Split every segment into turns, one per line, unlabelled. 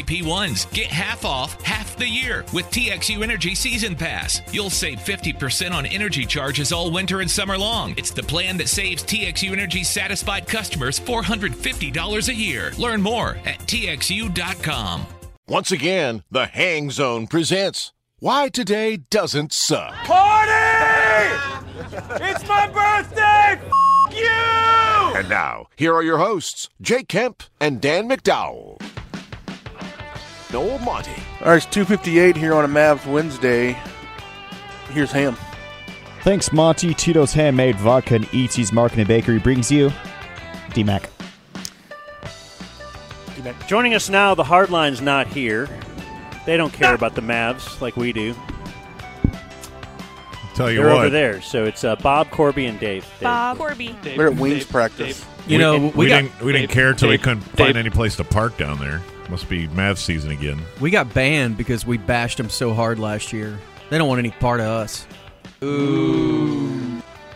AP1s. Get half off half the year with TXU Energy Season Pass. You'll save 50% on energy charges all winter and summer long. It's the plan that saves TXU Energy satisfied customers $450 a year. Learn more at TXU.com.
Once again, the Hang Zone presents Why Today Doesn't Suck.
Party! It's my birthday! F- you!
And now, here are your hosts, Jake Kemp and Dan McDowell. Noel Monty.
All right, it's 258 here on a Mavs Wednesday. Here's Ham.
Thanks, Monty. Tito's Handmade Vodka and E.T.'s Market and Bakery brings you DMAC.
Joining us now, the hardline's not here. They don't care about the Mavs like we do.
Tell you
They're
what,
over there, so it's uh, Bob, Corby, and Dave. Dave.
Bob Corby.
We're at Wings practice.
you
know,
we,
we got-
didn't we didn't
Dave,
care till we
Dave,
couldn't
Dave.
find any place to park down there. Must be Mavs season again.
We got banned because we bashed them so hard last year. They don't want any part of us.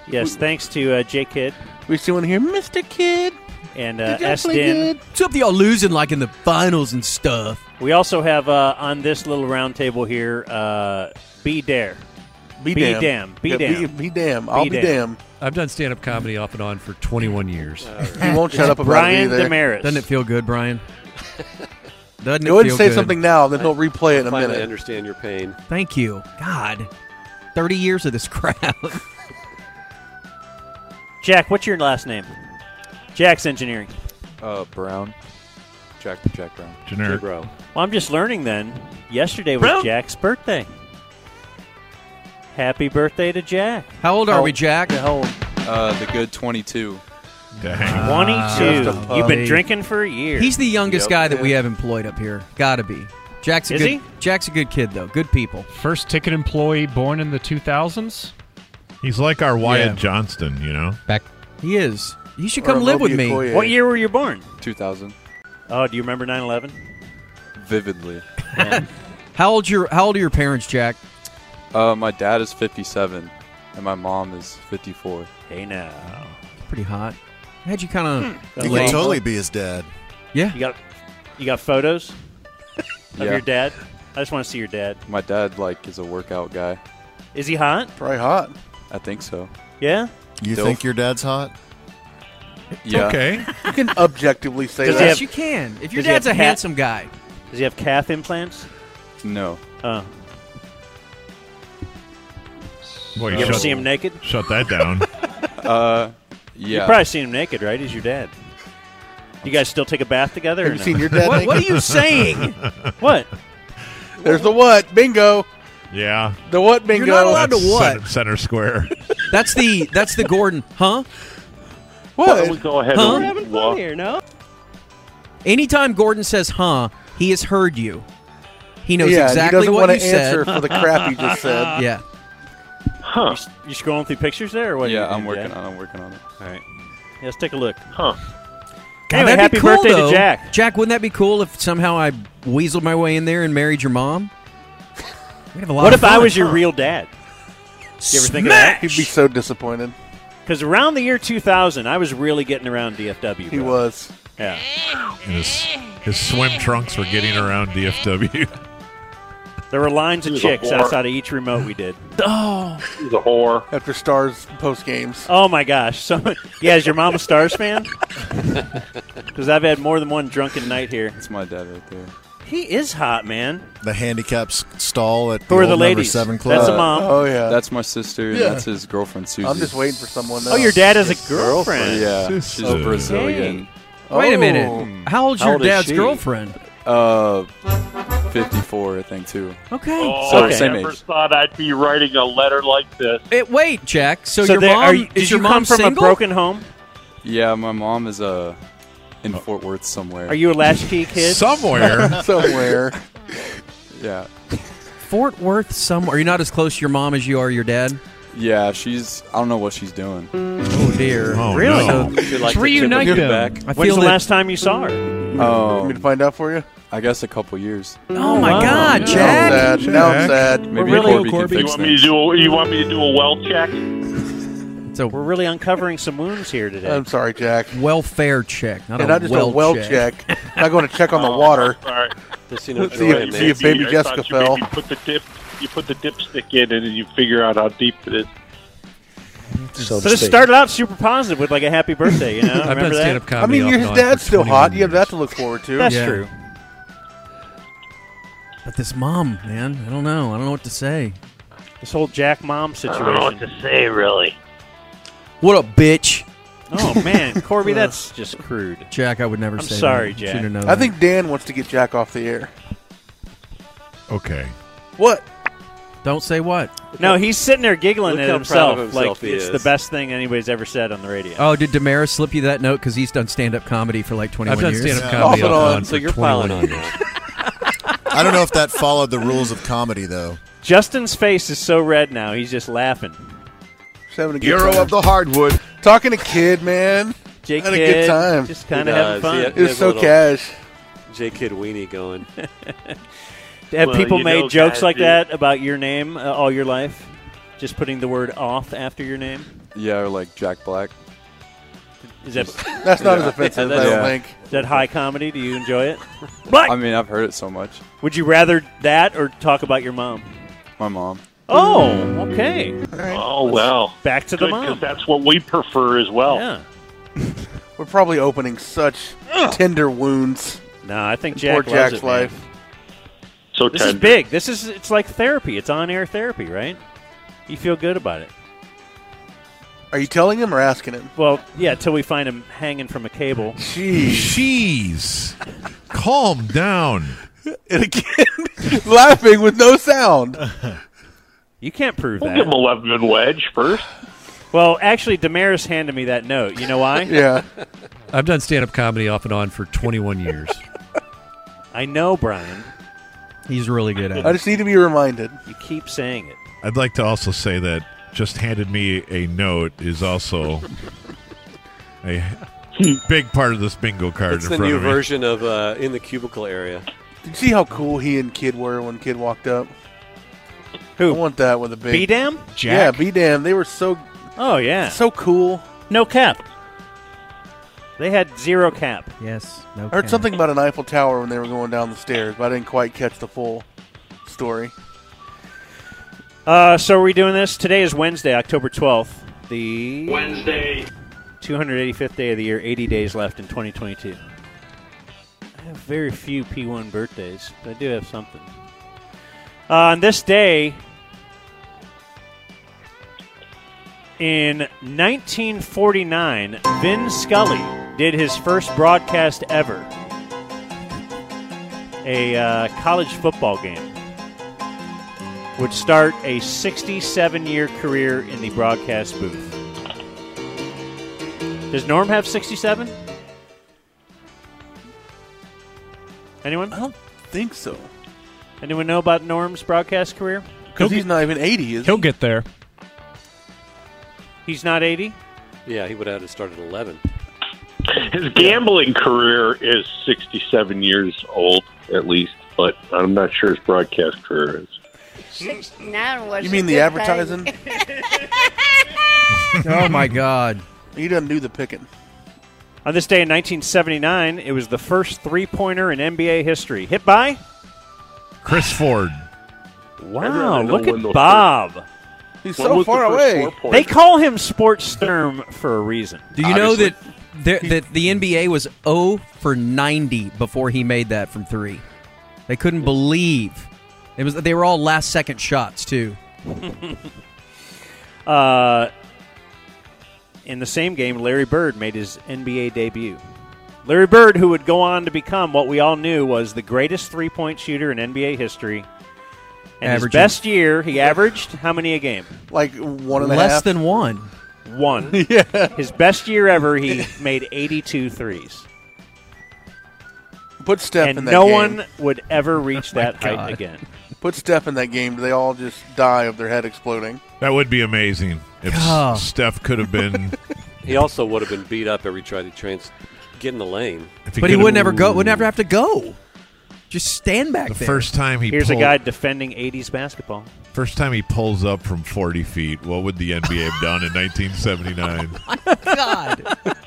Yes, thanks to uh, J Kid
We still want to hear Mr. Kid.
and
Did
uh,
y'all
S
play
Din.
good?
What's up, with y'all losing like in the finals and stuff?
We also have uh, on this little round table here, uh, B Dare.
Be,
Be
damn.
damn. Be
Be,
damn.
be damn. I'll be,
Be
damn.
damn.
I've done stand up comedy off and on for 21 years.
He won't shut up about
Brian
it either.
Damaris.
Doesn't it feel good, Brian? Doesn't it
Go ahead and
feel
say
good?
something now, then he'll replay it in a
Finally
minute.
understand your pain.
Thank you, God. Thirty years of this crap.
Jack, what's your last name? Jack's Engineering.
Uh, Brown. Jack Jack Brown.
Generic.
bro.
Well, I'm just learning then. Yesterday was
Bro.
Jack's birthday. Happy birthday to Jack.
How old are we, Jack?
Yeah, how old?
Uh, the good 22.
Dang.
22.
Just a
You've
puppy.
been drinking for a year.
He's the youngest
Yep.
guy that we have employed up here. Gotta be. Jack's a
Is
good.
he?
Jack's a good kid though. Good people.
First ticket employee born in the 2000s.
He's like our Wyatt
Yeah.
Johnston, you know.
He is. You should
Or
come live with
Moby
me.
Okoye.
What year were you born?
2000.
Oh, do you remember 9 11?
Vividly.
How old your How old are your parents, Jack?
Uh, my dad is 57, and my mom is 54.
Hey, now.
Pretty hot. Had you kind of
You can
totally
be his dad.
yeah.
You got, you got photos of
Yeah.
your dad? I just want to see your dad.
My dad like is a workout guy.
Is he hot?
Probably hot.
I think so.
Yeah?
You
Dope.
think your dad's hot?
Yeah.
Okay.
You can objectively say
Does
that.
he
Yes,
have-
you can. If your
does he have
dad's a
cat-
handsome guy,
Does he have calf implants?
No.
Oh.
Boy,
You ever
shut,
see him naked?
shut that down.
Uh, yeah.
You've probably seen him naked, right? He's your dad. You guys still take a bath together?
Have
or
you
no?
seen your dad?
what, what are
naked?
you saying?
What?
There's the what. Bingo.
yeah.
The what bingo.
not allowed to
That's
what?
Center, center square.
That's the That's the Gordon, huh?
What?
Go ahead.
Huh?
having fun
here, no?
Anytime Gordon says "huh," he has heard you. He knows
yeah, and
exactly
he doesn't
what
want
you
to answer
said.
for the crap he just said.
Yeah.
You, s- you scrolling through pictures there, or what?
yeah, I'm working on. it, I'm working on it.
All right, yeah, let's take a look.
God,
Anyway,
that'd be
happy
cool,
birthday to
though.
Jack.
Jack, wouldn't that be cool if somehow I weaseled my way in there and married your mom? We'd have a lot
What
of
if I
fun.
was your real dad? You ever think of that?
He'd be so disappointed.
Because around the year 2000, I was really getting around DFW.
He
bro.
was.
Yeah.
And his, his swim trunks were getting around DFW.
There were lines of
was a
chicks
whore.
outside of each remote we did.
He's a whore.
After Stars post games.
Oh my gosh! So, yeah, is your mom a Stars fan? Because I've had more than one drunken night here.
It's my dad right there.
He is hot, man.
The handicap s- stall at
Who are
the,
the
old number
ladies?
seven club.
That's a mom.
Uh,
Oh, yeah.
That's my sister. and
Yeah.
That's his girlfriend Susie.
I'm just waiting for someone.
oh, your dad has a girlfriend.
Yeah,
Sister.
she's a Brazilian.
Wait a
Oh.
minute. How old's
How
your
old is
dad's
she?
girlfriend?
Uh, 54, I think too.
Okay.
Oh,
So same age.
thought I'd be writing a letter like this.
It, wait, Jack. So,
So,
your
there-
mom
are you,
is
did
your
you
mom
come from
single?
a broken home?
Yeah, my mom is uh in Fort Worth somewhere.
Are you a latchkey kid?
Somewhere.
Somewhere.
Yeah,
Fort Worth somewhere. You're not as close to your mom as you are your dad.
yeah. She's I don't know what she's doing.
Oh dear.
Oh,
Really?
no.
She like
reunite
them.
them.
back.
I
When's
feel
the
that-
last time you saw her?
Want me
Um,
to find out for you?
I guess a couple years.
Oh my
Wow.
God,
Now
Jack.
I'm sad. Now I'm sad.
Maybe
really-
Corby can
Corby,
fix
You want me to
things.
do? A, you want me to do a well check?
So
we're really uncovering some wounds here today.
I'm sorry, Jack.
Welfare check, not
and
a
not just
well
a well
check.
check. not going to check on the water.
Sorry.
See if, see if baby
I
Jessica
thought you maybe
fell.
put the dip, you put the dipstick in, and then you figure out how deep it is.
So this started out super positive with like a happy birthday, you know?
I've
Remember
done
that?
stand-up
I mean, your dad's still hot. You have that to look forward to.
That's true.
But this mom, man, I don't know. I don't know what to say.
This whole Jack mom situation.
know what
to say, really.
What up, bitch?
Oh man, Corby, that's just crude.
Jack, I would never
I'm
say.
sorry,
that.
Jack.
Should've known
I
that.
think Dan wants to get Jack off the air.
Okay.
What?
Don't say what.
No, he's sitting there giggling
Look
at
how
himself,
proud of himself
like
he
it's
is.
the best thing anybody's ever said on the radio.
Oh, did Damaris slip you that note? Because he's done stand-up comedy for like 21
I've done
years.
stand-up comedy off and on for 21 years.
I don't know if that followed the rules of comedy though.
Justin's face is so red now; he's just laughing.
Just having a good
Hero
time.
of the hardwood.
Talking to kid, man.
Jake
Had a
Kidd,
good time.
just kinda He having does. fun. He-
It
he
was
has a
so
little-
cash.
J Kid Weenie going.
Have
Well,
people
you
made
know,
jokes
guys,
like
the-
that about your name uh, all your life? Just putting the word "off" after your name.
Yeah, or like Jack Black.
Is that
That's not
Yeah.
as offensive,
Yeah,
I don't
that's-
think.
Is that high comedy? Do you enjoy it? Black.
I mean, I've heard it so much.
Would you rather that or talk about your mom?
My mom.
Oh, okay.
Oh wow!
Back to the mom.
because that's what we prefer as well.
Yeah.
We're probably opening such tender wounds.
No, I think
in
Jack
poor
loves
Jack's
it, man.
life.
So
This is big. This is it's like therapy. It's on-air therapy, right? You feel good about it.
Are you telling him or asking him?
Well, yeah, till we find him hanging from a cable.
Jeez.
Jeez. Calm down.
And again, laughing with no sound.
You can't prove
We'll
that.
give him a Lebanon wedge first.
Well, actually, Damaris handed me that note. You know why?
I've done stand-up comedy off and on for 21 years.
I know, Brian.
He's really good
I just need to be reminded.
You keep saying it.
I'd like to also say that just handed me a note is also a big part of this bingo card
It's
in
the
front
new
of me.
version of uh, in the cubicle area.
Did you see how cool he and Kid were when Kid walked up? Who? I want that with a big.
B-Dam?
Yeah,
Jack?
B Dam. They were so.
Oh yeah.
So cool.
No cap. They had zero cap.
Yes. No.
I heard something about an Eiffel Tower when they were going down the stairs, but I didn't quite catch the full story.
Uh, so are we doing this? Today is Wednesday, October 12th. The Wednesday. 285th day of the year, 80 days left in 2022. I have very few P1 birthdays, but I do have something. Uh, on this day, in 1949, Vin Scully did his first broadcast ever a uh, college football game would start a 67 year career in the broadcast booth. Does Norm have 67? Anyone? I
don't think so.
Anyone know about Norm's broadcast career?
Because he's not even 80, is he?
get there.
He's not 80?
Yeah, he would have had to start at 11.
His gambling career is 67 years old, at least, but I'm not sure his broadcast career is.
Now was
You
a
mean the
good
advertising?
thing.
oh my God!
He doesn't do the picking.
On this day in 1979, it was the first three pointer in NBA history. Hit by?
Chris Ford.
Wow, look at Bob.
He's so far away.
They call him Sports Sturm for a reason.
Do you know that there, that the NBA was 0 for 90 before he made that from three? They couldn't believe it was. They were all last second shots too.
Uh, in the same game, Larry Bird made his NBA debut. Larry Bird, who would go on to become what we all knew was the greatest three point shooter in NBA history. And his
Averaging-
best year, he averaged how many a game?
Like one and a half.
Less than one.
One. yeah. His best year ever, he made 82 threes.
Put Steph
and
in that
no
game. Oh
one would ever reach that height again.
Put Steph in that game. They all just die of their head exploding.
That would be amazing if S-
God.
Steph could have been.
He also would have been beat up every try to trans- get in the lane.
if
but he
could
would
have-
never go. Would never have to go. Just stand back
The
there.
first time he
Here's
pulled,
a guy defending 80s basketball.
First time he pulls up from 40 feet, what would the NBA have done in 1979?
God.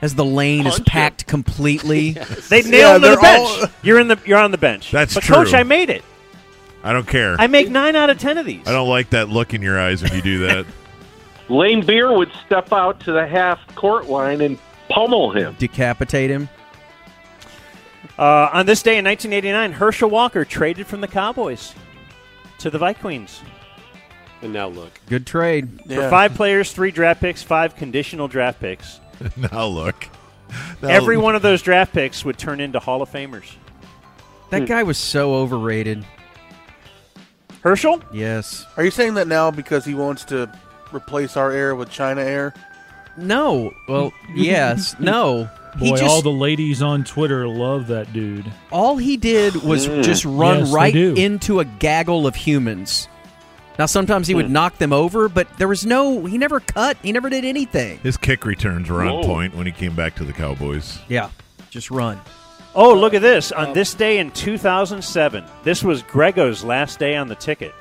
As the lane is packed completely.
They nailed the bench. you're in the you're on the bench.
That's
but
true.
coach, I made it.
I don't care.
I make nine out of ten of these.
I don't like that look in your eyes when you do that.
Lane Beer would step out to the half court line and pummel him.
Decapitate him.
Uh, on this day in 1989, Herschel Walker traded from the Cowboys to the Vikings
And now look.
Good trade.
for five players, three draft picks, five conditional draft picks.
now look. Now-
Every one of those draft picks would turn into Hall of Famers.
Hmm.
That guy was so overrated.
Herschel?
Yes.
Are you saying that now because he wants to replace our air with China air?
No. Well, yes. No. He
Boy,
just-
all the ladies on Twitter love that dude.
All he did was
Mm.
just run
Yes, they
right
do.
into a gaggle of humans. Now, sometimes he would
Hmm.
knock them over, but there was no. He never cut. He never did anything.
His kick returns were on
Whoa.
point when he came back to the Cowboys.
Yeah. Just run.
Oh, look at this. On this day in 2007, this was Grego's last day on the ticket.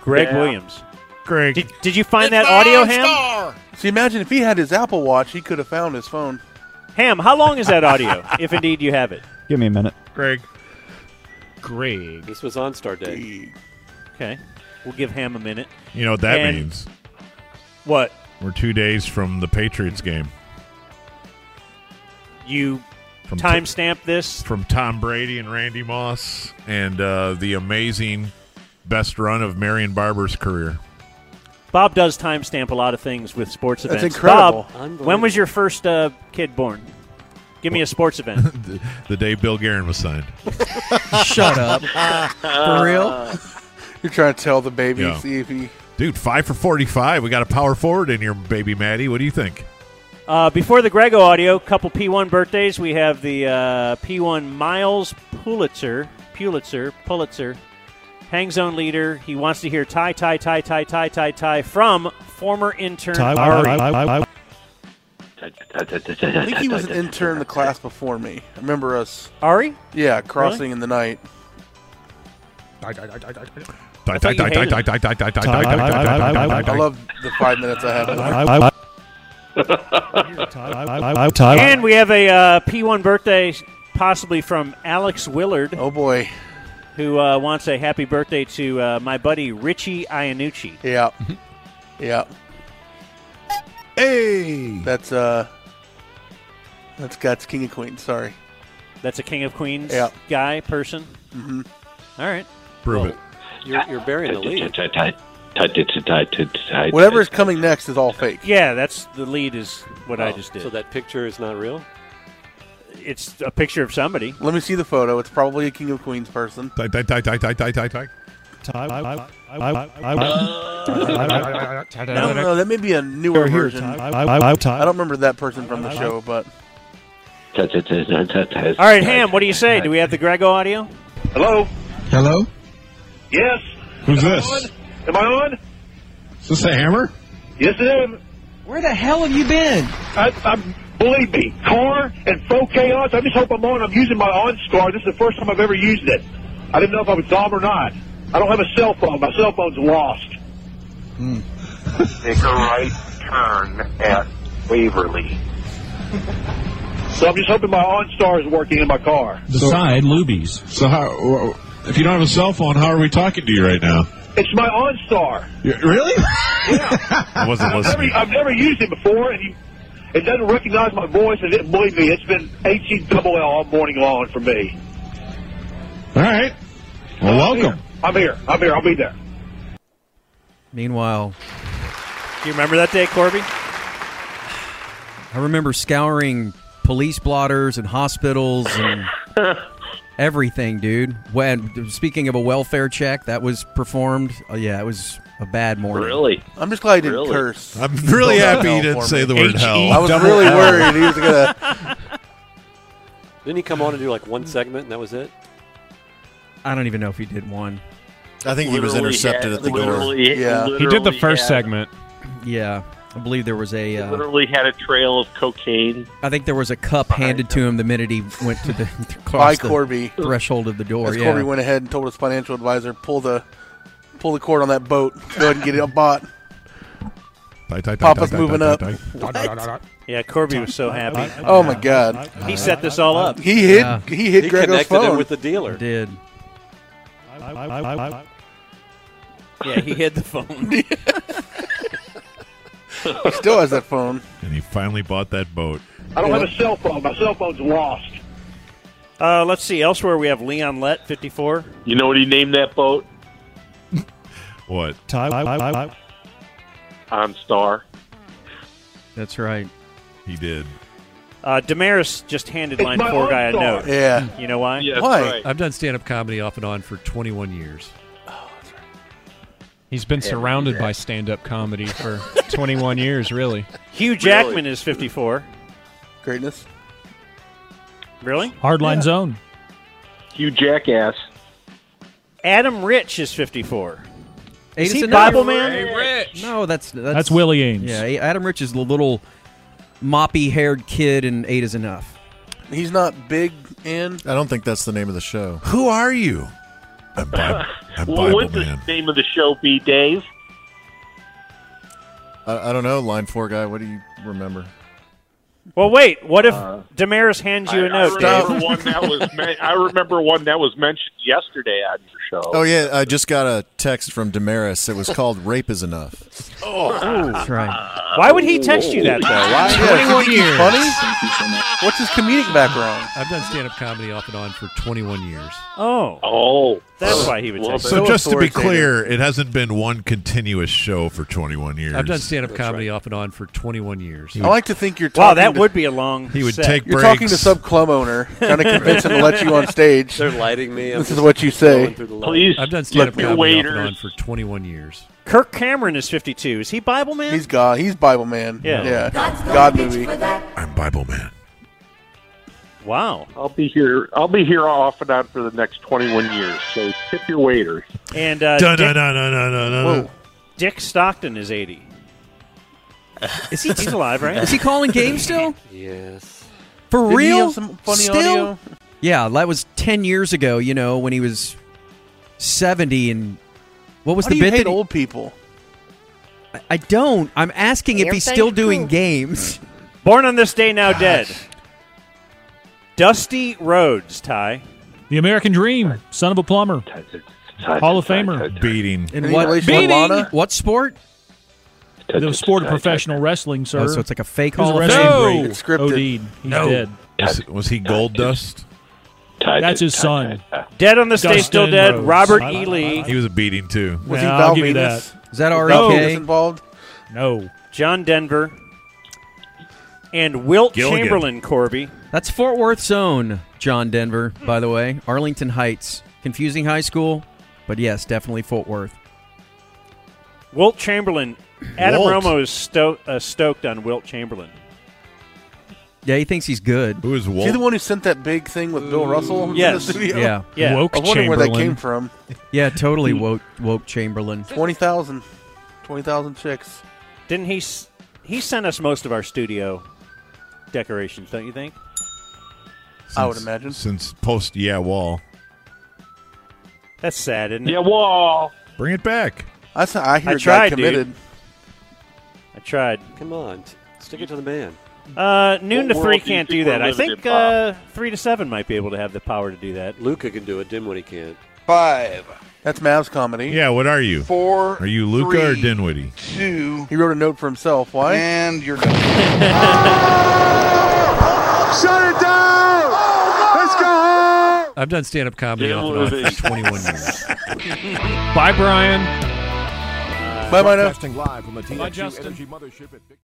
Greg
Yeah.
Williams.
Greg.
Did, did you find that audio, Ham?
See, imagine if he had his Apple Watch, he could have found his phone.
Ham, how long is that audio, if indeed you have it?
Give me a minute.
Greg.
Greg.
This was on Star Day.
Okay. We'll give Ham a minute.
You know what that
And-
means?
What?
We're two days from the Patriots game.
You
From t-
timestamp this?
From Tom Brady and Randy Moss and uh, the amazing best run of Marion Barber's career.
Bob does timestamp a lot of things with sports
That's
events.
incredible.
Bob, when was your first uh, kid born? Give me a sports event.
the, the day Bill Guerin was signed.
Shut up. For real?
You're trying to tell the baby,
Yeah.
see if he.
Dude, five for 45. We got a power forward in here, baby Maddie. What do you think?
Uh, before the Grego audio, couple P1 birthdays. We have the uh, P1 Miles Pulitzer, Pulitzer, Pulitzer, hang zone leader. He wants to hear tie, tie, tie, tie, tie, tie, tie from former intern. Ari.
I think he was an intern in the class before me. I remember us.
Ari?
Yeah, crossing in the night.
I thought you hated
I love the five minutes I have.
And we have a uh, P1 birthday, possibly from Alex Willard.
Oh boy,
who uh, wants a happy birthday to uh, my buddy Richie Iannucci?
Yeah, yeah. Hey, that's uh, that's God's King and Queen. Sorry,
that's a King of Queens
Yeah.
guy person. Mm-hmm. All right,
Prove
it. You're, you're burying the lead.
whatever is coming next is all fake.
yeah, that's the lead is what
Oh,
I just did.
So that picture is not real?
It's a picture of somebody.
Let me see the photo. It's probably a King of Queens person. No, no, no, that may be a newer
Here, here,
version.
Ty.
I don't remember that person from the show, but
All right, Ham, what do you say? Do we have the Grego audio?
Hello? Hello?
Yes.
Who's
Am I
this?
on? Am I on?
Is this a hammer?
Yes, it is. Where the hell have you been? I, I'm, believe me, car and faux chaos. I just hope I'm on. I'm using my on scar. This is the first time I've ever used it. I didn't know if I was on or not. I don't have a cell phone. My cell phone's lost.
Take a right turn at Waverly.
So I'm just hoping my on star is working in my car.
Beside Lubies. So how? If you don't have a cell phone, how are we talking to you right now?
It's my on star.
Really?
I wasn't
I've never, I've never used it before, and you, it doesn't recognize my voice. And it, believe me, it's been H E double L all morning long for me.
All right. Well, welcome.
I'm here. I'm here. I'll be there.
Meanwhile,
Do you remember that day, Corby?
I remember scouring police blotters and hospitals and everything, dude. When speaking of a welfare check that was performed, oh yeah, it was a bad morning.
Really? I'm just glad he didn't curse.
I'm really
Spelled out
happy he
hell
didn't
for
say
me.
the word hell.
I was
Double
really
L.
worried he was gonna.
Didn't he come on and do like one segment and that was it?
I don't even know if he did one.
I think he was Literally intercepted had- at the door.
Yeah.
he did the first segment.
Yeah. I believe there was a. Uh,
Literally had a trail of cocaine.
I think there was a cup handed to him the minute he went to the
By
across the
Corby.
threshold of the door.
As
yeah,
Corby went ahead and told his financial advisor, pull the pull the cord on that boat. Go ahead and get it bought. Papa's moving up. What?
Yeah, Corby was so happy.
Oh my God!
He set this all up.
He hid. He hid Grego's phone
Did
Yeah, he hid the phone.
He still has that phone.
And he finally bought that boat.
I don't have a cell phone. My cell phone's lost.
Uh, let's see. Elsewhere, we have Leon Lett, 54.
You know what he named that boat?
What?
On Star.
That's right.
He did.
Uh, Damaris just handed line four guy a note. You know why?
I've done stand up comedy off and on for 21 years.
He's been
Yeah,
surrounded
yeah.
by stand up comedy for 21 years, really.
Hugh Jackman is 54.
Greatness.
Really?
Hardline zone.
You jackass.
Adam Rich is 54.
Hey,
Is
it's
he
enough.
Bible man?
No, that's that's,
That's Willie Ames.
Yeah, Adam Rich is the little moppy-haired kid, and eight is enough.
He's not big in.
I don't think that's the name of the show.
Who are you? I'm Bible,
What would the name of the show be, Dave?
I, I don't know. Line four guy. What do you remember?
Well, wait. What if
Uh,
Damaris hands you a note,
I
Dave?
remember one that was. men- I remember one that was mentioned yesterday on your show.
Oh yeah, I just got a text from Damaris. It was called "Rape Is Enough."
Oh.
right.
Why would he text you that, though? Why? 21 years.
What's his comedic background?
I've done stand up comedy off and on for 21 years.
Oh.
Oh.
That's why he would text
So just to be clear, it hasn't been one continuous show for 21 years.
I've done stand up comedy off and on for 21 years.
I like to think you're.
Wow,
talking
that
to-
would be a long He would set. take
You're
breaks.
talking to some club owner, trying to convince him to let you on stage.
They're lighting me. I'm
This is
just
what you say.
going through the light.
Please
I've done
let
stand up
the
comedy off and on
waiters-
for 21 years.
Kirk Cameron is 52. Is he Bible man?
He's God. He's Bible man.
Yeah.
yeah.
God's
God
gonna bitch
movie.
for that.
I'm Bible man.
Wow.
I'll be here. I'll be here off and on for the next 21 years. So tip your waiters.
And uh,
Dun,
Dick,
dun, dun, dun, dun, dun, dun. Whoa.
Dick Stockton is 80. Is he he's alive, right?
Is he calling games still?
Yes.
For
Didn't he
real?
have some funny
Still?
audio?
Yeah, that was ten years ago. You know when he was seventy and what was
Why
the
do you
bit
hate
that he-
old people?
I- I don't. I'm asking if he's
Everything's
still doing
cool.
games.
Born on this day, now dead. Dusty Rhodes, Ty.
The American Dream, son of a plumber. Hall of Famer.
Beating.
In
Any
what-
relation to
Beating!
Lana? What sport?
The sport of professional wrestling, sir.
Oh, so it's like a fake
He was
Hall of
a wrestling
Fame?
great.
No! It's scripted.
OD'd. He's
No.
dead.
Was, was he gold dust?
That's his son.
Dead on this day, still
Dustin
dead.
Rhodes.
Robert
I-
E. Lee.
He was a beating too.
Was he Yeah, I'll Val give you Venus? that.
Is that
Was
R.E.K.?
Val Venus
involved?
No.
John Denver. And Wilt
Gilligan.
Chamberlain, Corby.
That's Fort Worth's own John Denver, by the way. Arlington Heights. Confusing high school, but yes, definitely Fort Worth.
Wilt Chamberlain. Adam
Wilt.
Romo is sto- uh, stoked on Wilt Chamberlain.
Yeah, he thinks he's good.
Who is
Is he the one who sent that big thing with Bill Russell? to
Yes.
The studio?
Yeah.
Yeah.
I was wondering where that came from.
Yeah, totally woke woke Chamberlain.
20,000. 20,000 chicks.
Didn't he? S- he sent us most of our studio decorations, don't you think?
I would
Since-
imagine.
Since post yeah wall.
That's sad, isn't it?
Yeah, wall.
Bring it back.
I, saw, I hear
I
a guy
tried, dude.
committed.
I tried.
Come on, t- stick it to the man.
Uh, noon
What
to
world
three
do you
can't
think
do
we're
that. I
living in,
think
Bob?
uh, three to seven might be able to have the power to do that.
Luca can do it. Dimwitty can't.
Five. That's Mavs comedy.
Yeah, what are you?
Four,
Are you Luca or
three.
Dinwiddie?
Two. He wrote a note for himself. Why? And you're done.
Shut it down! Let's go home!
I've done stand up comedy
Get
off and on
with it.
for 21 years.
Bye, Brian.
Bye, Mino.
Broadcasting live from the TXU
Justin.
Energy Mothership at Big-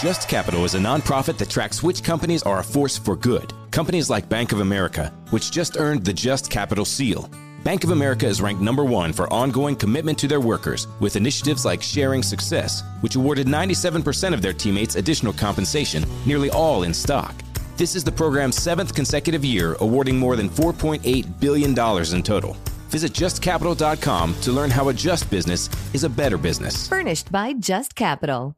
Just Capital is a nonprofit that tracks which companies are a force for good. Companies like Bank of America, which just earned the Just Capital seal. Bank of America is ranked number one for ongoing commitment to their workers with initiatives like Sharing Success, which awarded 97% of their teammates additional compensation, nearly all in stock. This is the program's seventh consecutive year, awarding more than $4.8 billion in total.
Visit justcapital.com to learn how a just business is a better business.
Furnished by Just Capital.